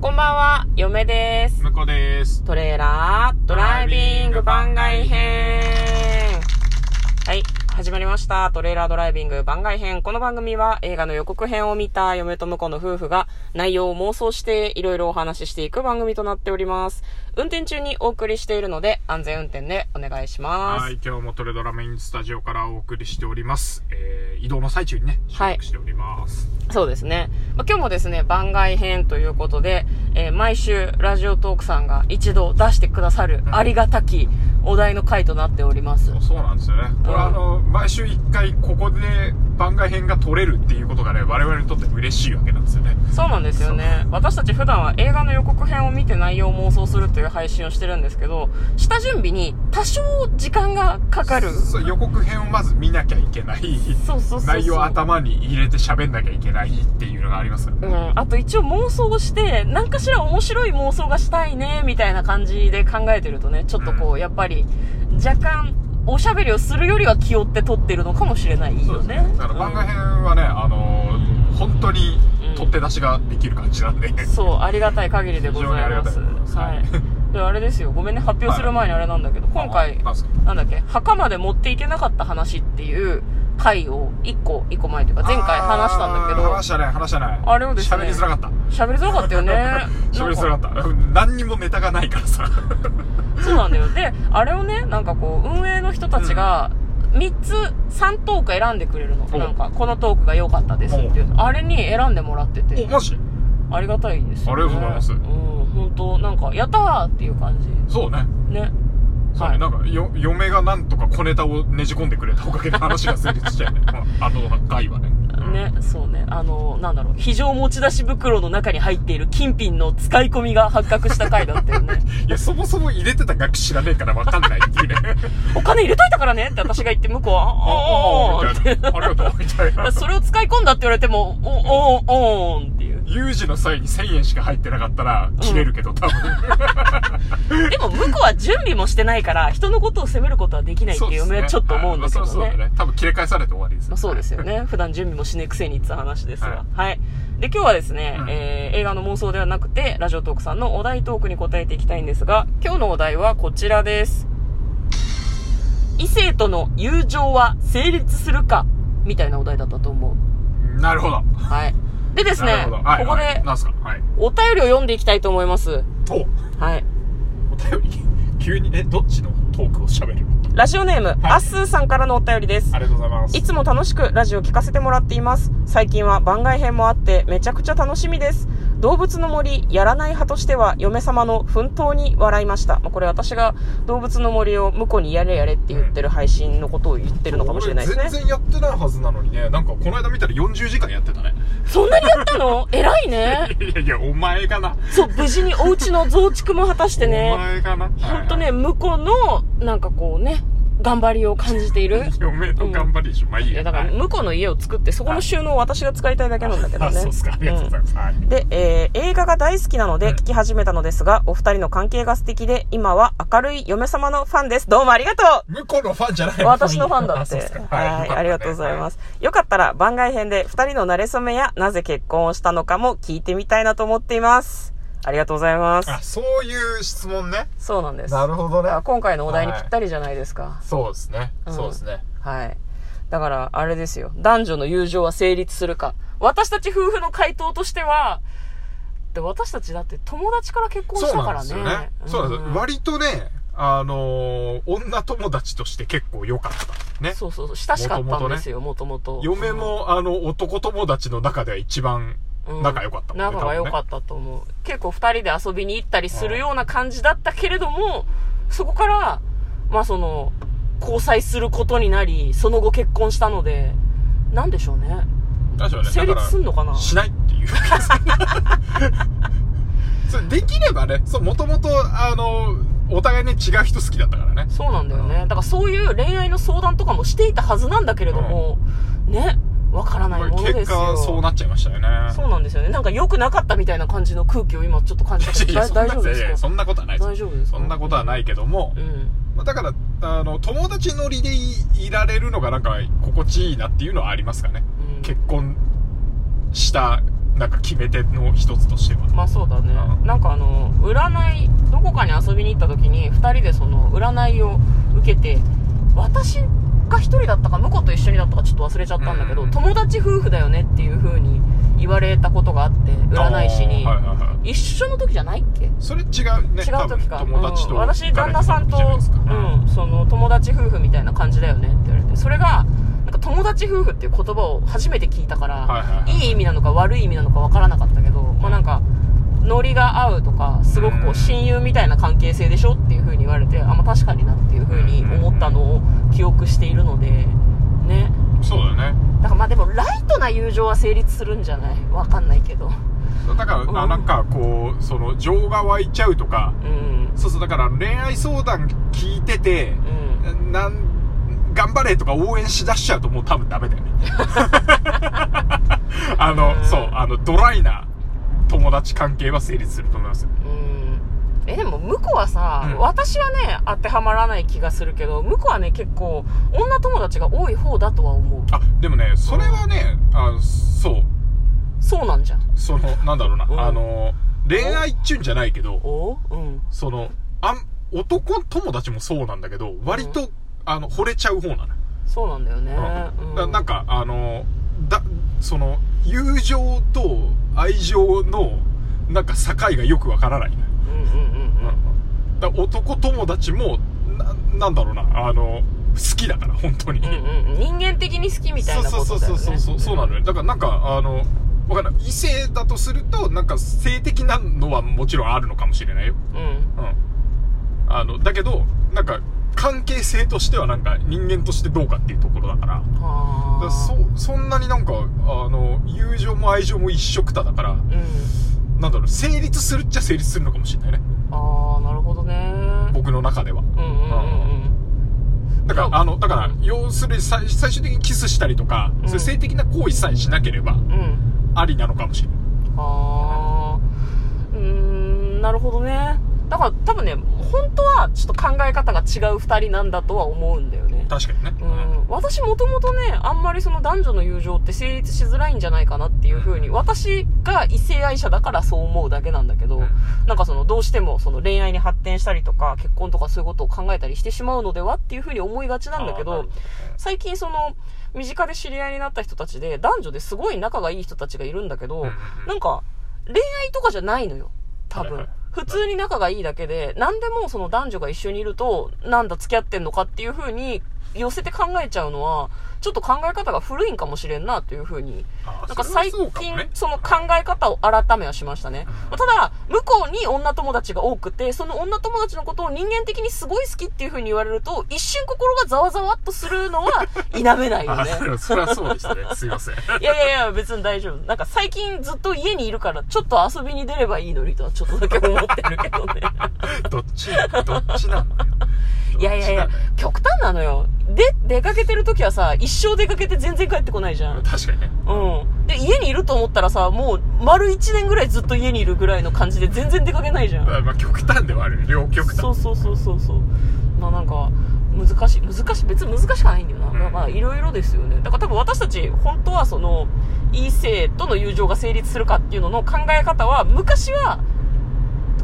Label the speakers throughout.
Speaker 1: こんばんは、嫁です。
Speaker 2: 向こうです。
Speaker 1: トレーラードライビング番外編。はい、始まりました。トレーラードライビング番外編。この番組は映画の予告編を見た嫁と婿の夫婦が内容を妄想していろいろお話ししていく番組となっております。運転中にお送りしているので安全運転でお願いします。
Speaker 2: はい、今日もトレドラメインスタジオからお送りしております。えー、移動の最中にね、収
Speaker 1: はい
Speaker 2: 録しております。
Speaker 1: そうですね。まあ、今日もですね、番外編ということで、えー毎週ラジオトークさんが一度出してくださる
Speaker 2: ん
Speaker 1: ありがたきお題の回となっております。
Speaker 2: そうなんですよね。これあの、毎週一回ここで番外編が撮れるっていうことがね、我々にとって嬉しいわけなんですよね。
Speaker 1: そうなんですよね。私たち普段は映画の予告編を見て内容を妄想するという配信をしてるんですけど、下準備に多少時間がかかる。
Speaker 2: そう予告編をまず見なきゃいけない。
Speaker 1: そうそうそうそう
Speaker 2: 内容を頭に入れて喋んなきゃいけないっていうのがありますから
Speaker 1: う
Speaker 2: ね。
Speaker 1: ん、あと一応妄想をして、何かしら面白い妄想がしたいね、みたいな感じで考えてるとね、ちょっとこう、やっぱり、若干、おしゃべりをするよりは気負って撮ってるのかもしれないよね。
Speaker 2: だから番外編はね、あのー本当に取って出しができる感じなんで。
Speaker 1: うんそう、ありがたい限りでございます。
Speaker 2: 非常にありがたい
Speaker 1: はい。で、あれですよ、ごめんね、発表する前にあれなんだけど、今回、
Speaker 2: あなんすか
Speaker 1: なんだっけ、墓まで持っていけなかった話っていう回を、一個、一個前というか、前回話したんだけ
Speaker 2: あー
Speaker 1: ど
Speaker 2: 話し、たね、話したね。
Speaker 1: あれをですね
Speaker 2: 喋りづらかった。。
Speaker 1: 喋りづらかったよね
Speaker 2: 喋りづらかった。 何にもネタがないか らさ。
Speaker 1: そうなんだよ。で、あれをね、なんかこう、運営の人たちが、3つ、3トーク選んでくれるの。
Speaker 2: お
Speaker 1: なんか、このトークが良かったですっていう。あれに選んでもらって
Speaker 2: お、
Speaker 1: て、
Speaker 2: マジ
Speaker 1: ありがたいですよ、ね。
Speaker 2: ありがとうございます
Speaker 1: うん、本当なんか、やったーっていう感じ。
Speaker 2: そうね。
Speaker 1: ね。
Speaker 2: そうね、
Speaker 1: はい
Speaker 2: なんか、よ、嫁がなんとか小ネタをねじ込んでくれたお かげで話が成立したよね。あの回はね。うん。
Speaker 1: ね、そうね。あの、なんだろう、非常持ち出し袋の中に入っている金品の使い込みが発覚した回だったよ ね。
Speaker 2: いや、そもそも入れてた額知らねえからわかんないっていうね。
Speaker 1: お金入れといたからねって私が言って、向こうは、
Speaker 2: あ
Speaker 1: ああー
Speaker 2: あ、
Speaker 1: んっ
Speaker 2: みたい な。ありがとう、みたいな
Speaker 1: て。。それを使い込んだって言われても、お、お、おーんっていう。
Speaker 2: 有事の際に1000円しか入ってなかったら、切れるけど、多分。
Speaker 1: でも向こうは準備もしてないから人のことを責めることはできないっていう嫁はちょっと思うんだけど
Speaker 2: そうですねはいま
Speaker 1: ね。
Speaker 2: あそうそうだね。多分切れ返されて終わりです。
Speaker 1: まあそうですよね。普段準備もしねえくせにって話ですが
Speaker 2: は。
Speaker 1: はい。で、今日はですね
Speaker 2: う、ん
Speaker 1: えー映画の妄想ではなくて、ラジオトークさんのお題トークに答えていきたいんですが、今日のお題はこちらです。異性との友情は成立するかみたいなお題だったと思う。
Speaker 2: なるほど。
Speaker 1: はい。でです
Speaker 2: な
Speaker 1: ね
Speaker 2: るほ、ど。はい、
Speaker 1: ここ
Speaker 2: はい
Speaker 1: で
Speaker 2: なんすかはい。
Speaker 1: お便りを読んでいきたいと思います。
Speaker 2: お
Speaker 1: はい。
Speaker 2: お便り、急にね、どっちのトークを喋るの
Speaker 1: ラジオネーム、
Speaker 2: い
Speaker 1: アッスーさんからのお便りです
Speaker 2: あ。りがとうございます。
Speaker 1: いつも楽しくラジオ聞かせてもらっています。最近は番外編もあってめちゃくちゃ楽しみです。動物の森やらない派としては嫁様の奮闘に笑いました。まあ、これ私が動物の森を向こうにやれやれって言ってる配信のことを言ってるのかもしれないです
Speaker 2: 俺
Speaker 1: ね。
Speaker 2: 全然やってないはずなのにね、なんかこの間見たら40時間やってたね。
Speaker 1: そんなにやったの偉いね。
Speaker 2: いやいや、お前かな。
Speaker 1: そう、無事にお家の増築も果たして
Speaker 2: お
Speaker 1: ね、
Speaker 2: 前かな。
Speaker 1: ほんとね、向こうのなんかこうね、頑張りを感じている
Speaker 2: はい。。嫁の頑張りでしょ。まあいい
Speaker 1: い
Speaker 2: や。
Speaker 1: やだから
Speaker 2: はい
Speaker 1: 向こうの家を作ってそこの収納を私が使いたいだけなんだけど
Speaker 2: あ、
Speaker 1: ね。
Speaker 2: そうっすか。ありがとうございます。はい。
Speaker 1: で、えー映画が大好きなので
Speaker 2: うん
Speaker 1: 聞き始めたのですが、お二人の関係が素敵で、今は明るい嫁様のファンです。どうもありがと う
Speaker 2: 向こうのファンじゃない
Speaker 1: 私のファンだって。
Speaker 2: そうすか。
Speaker 1: はい、ありがとうございますす。よかったら番外編で二人の馴れ初めやなぜ結婚をしたのかも聞いてみたいなと思っています。ありがとうございます。
Speaker 2: あ、そういう質問ね。
Speaker 1: そうなんです。
Speaker 2: なるほどね。
Speaker 1: 今回のお題にぴったりじゃないですか。
Speaker 2: そうですね。
Speaker 1: うん
Speaker 2: そうですね。
Speaker 1: はい。だから、あれですよ。男女の友情は成立するか。私たち夫婦の回答としては、で私たちだって友達から結婚し
Speaker 2: そう
Speaker 1: た
Speaker 2: な
Speaker 1: か
Speaker 2: ん
Speaker 1: らね。
Speaker 2: ですよね。そうなんですよ。
Speaker 1: ん
Speaker 2: 割とね、あのー女友達として結構良かった。ね。
Speaker 1: そうそうそう、親しかったんですよ、もともと。
Speaker 2: 嫁も、あの、男友達の中では一番
Speaker 1: うん
Speaker 2: 仲良かったもんね
Speaker 1: 仲が良かったと思う。結構二人で遊びに行ったりするような感じだったけれども、そこから、まあその、交際することになり、その後結婚したので、なんでしょうね。
Speaker 2: 確かにね。
Speaker 1: 成
Speaker 2: だ
Speaker 1: 立
Speaker 2: から
Speaker 1: すんのかな
Speaker 2: しないっていう。それできればね、そう、もともと、あのお互いね、違う人好きだったからね。
Speaker 1: そうなんだよね。だからそういう恋愛の相談とかもしていたはずなんだけれども、ね、わからないもので
Speaker 2: 結
Speaker 1: すよ。
Speaker 2: 果、そうなっちゃいましたよね。
Speaker 1: そうなんですよね。なんか良くなかったみたいな感じの空気を今ちょっと感じたけ ど
Speaker 2: いや
Speaker 1: だ
Speaker 2: いやそんな
Speaker 1: 大丈夫で
Speaker 2: いやいや
Speaker 1: す
Speaker 2: そ
Speaker 1: か
Speaker 2: んなことはないです
Speaker 1: 大丈夫ですか
Speaker 2: そんなことはないけども
Speaker 1: う、ん。
Speaker 2: まあ、だからあの友達乗りでいいられるのがなんか心地いいなっていうのはありますかね、
Speaker 1: うん
Speaker 2: 結婚したなんか決め手の一つとしては、
Speaker 1: まあそうそうだね
Speaker 2: うん
Speaker 1: なんかあの占いどこかに遊びに行った時に2人でその占いを受けて私が1人だったか向こうと一緒にだったかちょっと忘れちゃったんだけど、
Speaker 2: うん
Speaker 1: 友達夫婦だよねっていう風に言われたことがあって占い師に、
Speaker 2: はいはいはい
Speaker 1: 一緒の時じゃないっけ
Speaker 2: それ違うね
Speaker 1: 違う時か、
Speaker 2: 多分友達と、
Speaker 1: うん、私旦那さんと、うん、その友達夫婦みたいな感じだよねって言われてそれがなんか友達夫婦っていう言葉を初めて聞いたから、
Speaker 2: はいはいはい
Speaker 1: い意味なのか悪い意味なのかわからなかったけど、まあ、なんかノリが合うとかすごくこ
Speaker 2: うん
Speaker 1: う親友みたいな関係性でしょっていう風に言われてあ、まあ、確かになっていう風に思ったのを記憶しているのでね
Speaker 2: そうだよね
Speaker 1: だからまあでもライトな友情は成立するんじゃないわかんないけど
Speaker 2: だから、な
Speaker 1: うん
Speaker 2: なんかこうその情が湧いちゃうとか
Speaker 1: うん
Speaker 2: そうそうだから恋愛相談聞いてて
Speaker 1: うん
Speaker 2: なん頑張れとか応援しだしちゃうともう多分ダメだよねあの、
Speaker 1: うん
Speaker 2: そうあのドライな友達関係は成立すると思いますよ
Speaker 1: うんえでも向こうはさ、
Speaker 2: うん
Speaker 1: 私はね当てはまらない気がするけど向こうはね結構女友達が多い方だとは思う
Speaker 2: あでもねそれはねあそう
Speaker 1: そうなんじゃん
Speaker 2: そのなんだろうな、
Speaker 1: うん
Speaker 2: あの恋愛っちゅうんじゃないけど
Speaker 1: おうん
Speaker 2: そのあん男友達もそうなんだけど割と、あの惚れちゃう方なのよ、
Speaker 1: そうなんだよね、
Speaker 2: うん
Speaker 1: う
Speaker 2: だ
Speaker 1: ん、
Speaker 2: なんかあのだその友情と愛情のなんか境がよくわからないのよ、
Speaker 1: うんうんうん
Speaker 2: だ男友達もななんだろうなあの好きだから本当に、
Speaker 1: うんうんうんうん人間的に好きみた
Speaker 2: そ
Speaker 1: いうな
Speaker 2: そう
Speaker 1: こ
Speaker 2: そ
Speaker 1: と
Speaker 2: う
Speaker 1: だ
Speaker 2: そ
Speaker 1: よ
Speaker 2: う
Speaker 1: ね
Speaker 2: そうそうそうなのよだからなんかあのわかんない異性だとするとなんか性的なのはもちろんあるのかもしれないよ
Speaker 1: うん
Speaker 2: うんあのだけどなんか関係性としてはなんか人間としてどうかっていうところだからだ
Speaker 1: は
Speaker 2: からそそんなになんかあの友情も愛情も一緒くただから
Speaker 1: うん
Speaker 2: なんだろう成立するっちゃ成立するのかもしれないね
Speaker 1: ああなるほどね
Speaker 2: 僕の中では
Speaker 1: うんうんうんうん
Speaker 2: だか
Speaker 1: うん
Speaker 2: らあのだから
Speaker 1: うん
Speaker 2: 要するに最最終的にキスしたりとか、
Speaker 1: うん
Speaker 2: そういう性的な行為さえしなければ
Speaker 1: うん
Speaker 2: ありなのかもしれない
Speaker 1: あーうーんなるほどねだから多分ね本当はちょっと考え方が違う2人なんだとは思うんだよね
Speaker 2: 確かにね、
Speaker 1: う
Speaker 2: うん
Speaker 1: ん、私もともとねあんまりその男女の友情って成立しづらいんじゃないかなっていう風に私が異性愛者だからそう思うだけなんだけど、
Speaker 2: うん
Speaker 1: なんかそのどうしてもその恋愛に発展したりとか結婚とかそういうことを考えたりしてしまうのではっていう風に思いがちなんだけ
Speaker 2: あーな
Speaker 1: ど
Speaker 2: るほ
Speaker 1: 最近その身近で知り合いになった人たちで男女ですごい仲がいい人たちがいるんだけど、
Speaker 2: うんうんうん
Speaker 1: なんか恋愛とかじゃないのよ多分、
Speaker 2: はいはい
Speaker 1: 普通に仲がいいだけで何でもその男女が一緒にいるとなんだ付き合ってんのかっていう風に寄せて考えちゃうのはちょっと考え方が古いんかもしれんなという風に
Speaker 2: あー
Speaker 1: なんか
Speaker 2: それ
Speaker 1: 最
Speaker 2: はそうか
Speaker 1: 近
Speaker 2: もね
Speaker 1: その考え方を改めはしましたね
Speaker 2: うん
Speaker 1: ただ向こうに女友達が多くてその女友達のことを人間的にすごい好きっていう風に言われると一瞬心がざわざわっとするのは否めないよ
Speaker 2: あ
Speaker 1: ね
Speaker 2: ーそれはそうです ねすいません
Speaker 1: いやいやいや、別に大丈夫。なんか最近ずっと家にいるから、ちょっと遊びに出ればいいのにとはちょっとだけ思ってるけど ね。
Speaker 2: どっちどっちなのよ
Speaker 1: いやいやいや
Speaker 2: どっちなのよ、
Speaker 1: 極端なのよ。で、出かけてる時はさ、一生出かけて全然帰ってこないじゃん。うん。
Speaker 2: 確かにね
Speaker 1: で、家にいると思ったらさ、もう丸一年ぐらいずっと家にいるぐらいの感じで全然出かけないじ ゃん。
Speaker 2: まあまあ極端ではあるよ両極端
Speaker 1: そうそうそうそうそうまあなんか難しい難しい別に難しくはないんだよな、
Speaker 2: うん
Speaker 1: まあまあいろいろですよねだから多分私たち本当はその異性との友情が成立するかっていうのの考え方は昔は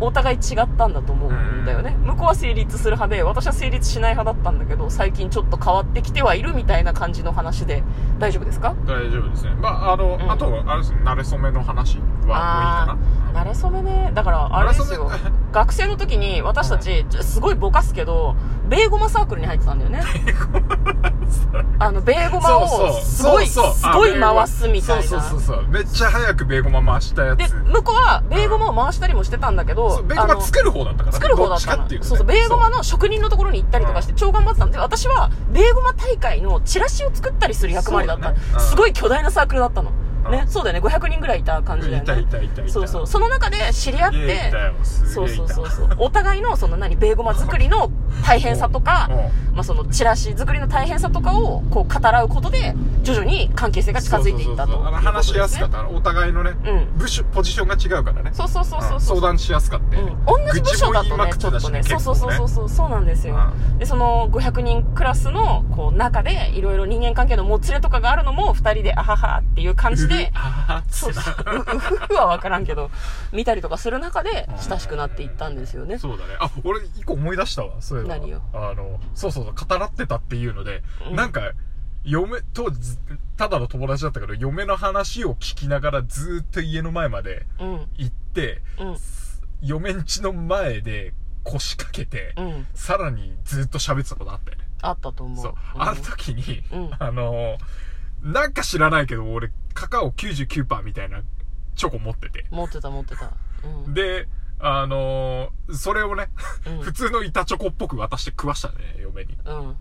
Speaker 1: お互い違ったんだと思うんだよね、向こうは成立する派で私は成立しない派だったんだけど最近ちょっと変わってきてはいるみたいな感じの話で大丈夫ですか
Speaker 2: 大丈夫ですねまああの、
Speaker 1: うん
Speaker 2: あとはあれですね慣れ初めの話はもういいか
Speaker 1: あー慣れ初めねだからあれですよ
Speaker 2: 慣れ初め
Speaker 1: 学生の時に私たちちょすごいぼかすけどベーゴマサークルに入ってたんだよねあのベーゴ
Speaker 2: な
Speaker 1: マ
Speaker 2: そう
Speaker 1: を
Speaker 2: そう
Speaker 1: すごい
Speaker 2: そうそう
Speaker 1: すごい
Speaker 2: あベーゴマ
Speaker 1: 回すみたい
Speaker 2: そう
Speaker 1: な
Speaker 2: そうそうそうめっちゃ早くベーゴマ回したやつ
Speaker 1: で向こうはベーゴマを回したりもしてたんだけど
Speaker 2: そうベーゴ
Speaker 1: あ
Speaker 2: マ
Speaker 1: の
Speaker 2: 作る方だったからね
Speaker 1: 作る方だった
Speaker 2: どっちか
Speaker 1: の
Speaker 2: っていうとね
Speaker 1: そうそうベーゴマの職人のところに行ったりとかして超頑張ってたんで私はベーゴマ大会のチラシを作ったりする役割だった
Speaker 2: そうだねうん
Speaker 1: すごい巨大なサークルだったの
Speaker 2: うん
Speaker 1: ねそうだよね500人ぐらいいた感じだよ
Speaker 2: いた
Speaker 1: ね
Speaker 2: いたいたいた
Speaker 1: そうそうその中で知り合っ
Speaker 2: すげえい
Speaker 1: て
Speaker 2: たよす
Speaker 1: そ
Speaker 2: げ
Speaker 1: う
Speaker 2: えい
Speaker 1: そ
Speaker 2: た
Speaker 1: うそうそうお互いのその何ベーゴマ作りの大変さとか、
Speaker 2: う
Speaker 1: まあ、そのチラシ作りの大変さとかをこう語らうことで徐々に関係性が近づいていったと
Speaker 2: そうそうそうそうあの話しやすかっ
Speaker 1: った
Speaker 2: お互いのね、
Speaker 1: うん
Speaker 2: 部署ポジションが違うからね
Speaker 1: そうそうそうそううんそう
Speaker 2: 相談しやすかったよね、
Speaker 1: うん、同じ部署だとねちょっとねそう
Speaker 2: 愚痴も言いまくってたし
Speaker 1: そうそうそう
Speaker 2: 結
Speaker 1: そうそうなんですよ、でその500人クラスのこう中でいろいろ人間関係のもつれとかがあるのも2人であははっていう感
Speaker 2: 構ね
Speaker 1: じ
Speaker 2: う
Speaker 1: で
Speaker 2: る あー
Speaker 1: そう
Speaker 2: っつって
Speaker 1: うううふふは分からんけど見たりとかする中で親しくなっていったんですよね
Speaker 2: そうだね。あ、俺、一個思い出したわ。そういえば。
Speaker 1: 何よ
Speaker 2: あの、そうそうそう、語らってたっていうので、
Speaker 1: うん
Speaker 2: なんか、嫁、当時、ずただの友達だったけど、嫁の話を聞きながらずーっと家の前まで
Speaker 1: うんうん
Speaker 2: 行って、嫁ん家の前で腰掛けて、
Speaker 1: うん
Speaker 2: さらにずーっと喋ってたことあったよね。
Speaker 1: あったと思う
Speaker 2: そう。
Speaker 1: うん
Speaker 2: あの時に、
Speaker 1: うん
Speaker 2: あのーなんか知らないけど、俺、カカオ99%みたいなチョコ持ってて。
Speaker 1: 持ってた持ってたうん
Speaker 2: で、あのーそれをね、
Speaker 1: うん
Speaker 2: 普通の板チョコっぽく渡して食わしたね、嫁に。
Speaker 1: うん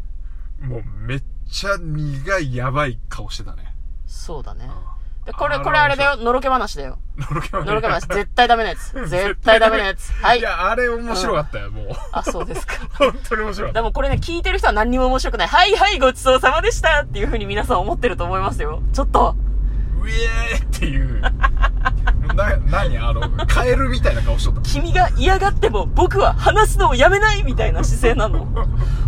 Speaker 2: もうめっちゃ苦い、やばい顔してたね。
Speaker 1: そうだねで
Speaker 2: あ
Speaker 1: これ
Speaker 2: あ
Speaker 1: これあれだよのろけ話だ よ
Speaker 2: のろけ話。
Speaker 1: のろけ話絶対ダメなやつ 絶対ダメなやつはい
Speaker 2: いや、あれ面白かった よ、もう。
Speaker 1: あそうですか
Speaker 2: 本当に面白かっ
Speaker 1: で
Speaker 2: た。
Speaker 1: もこれね、聞いてる人は何にも面白くない。はいはい、ごちそうさまでしたっていう風に皆さん思ってると思いますよ。ちょっと、
Speaker 2: ウえーっていう。 な、なにあの、カエルみたいな顔しとった。
Speaker 1: 君が嫌がっても僕は話すのをやめないみたいな姿勢な の。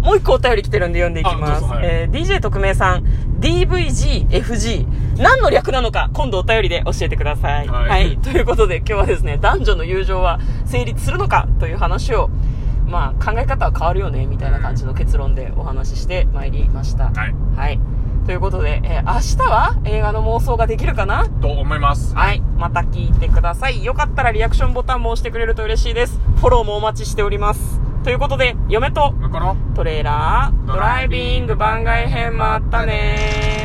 Speaker 1: もう一個お便り来てるんで読んでいきま
Speaker 2: あど
Speaker 1: す。
Speaker 2: うぞはい
Speaker 1: えー、DJ 特命さん、DVGFG。何の略なのか、今度お便りで教えてください。
Speaker 2: はい
Speaker 1: という ことで今日はですね、男女の友情は成立するのかという話を、まあ考え方は変わるよね、みたいな感じの結論でお話ししてまいりました。
Speaker 2: はい。
Speaker 1: はい。ということで、えー明日は映画の妄想ができるかな
Speaker 2: と思います。
Speaker 1: はい。また聞いてください。よかったらリアクションボタンも押してくれると嬉しいです。フォローもお待ちしております。ということで、嫁と
Speaker 2: 向こうの
Speaker 1: トレーラー、ドライビング番外編もあったねー。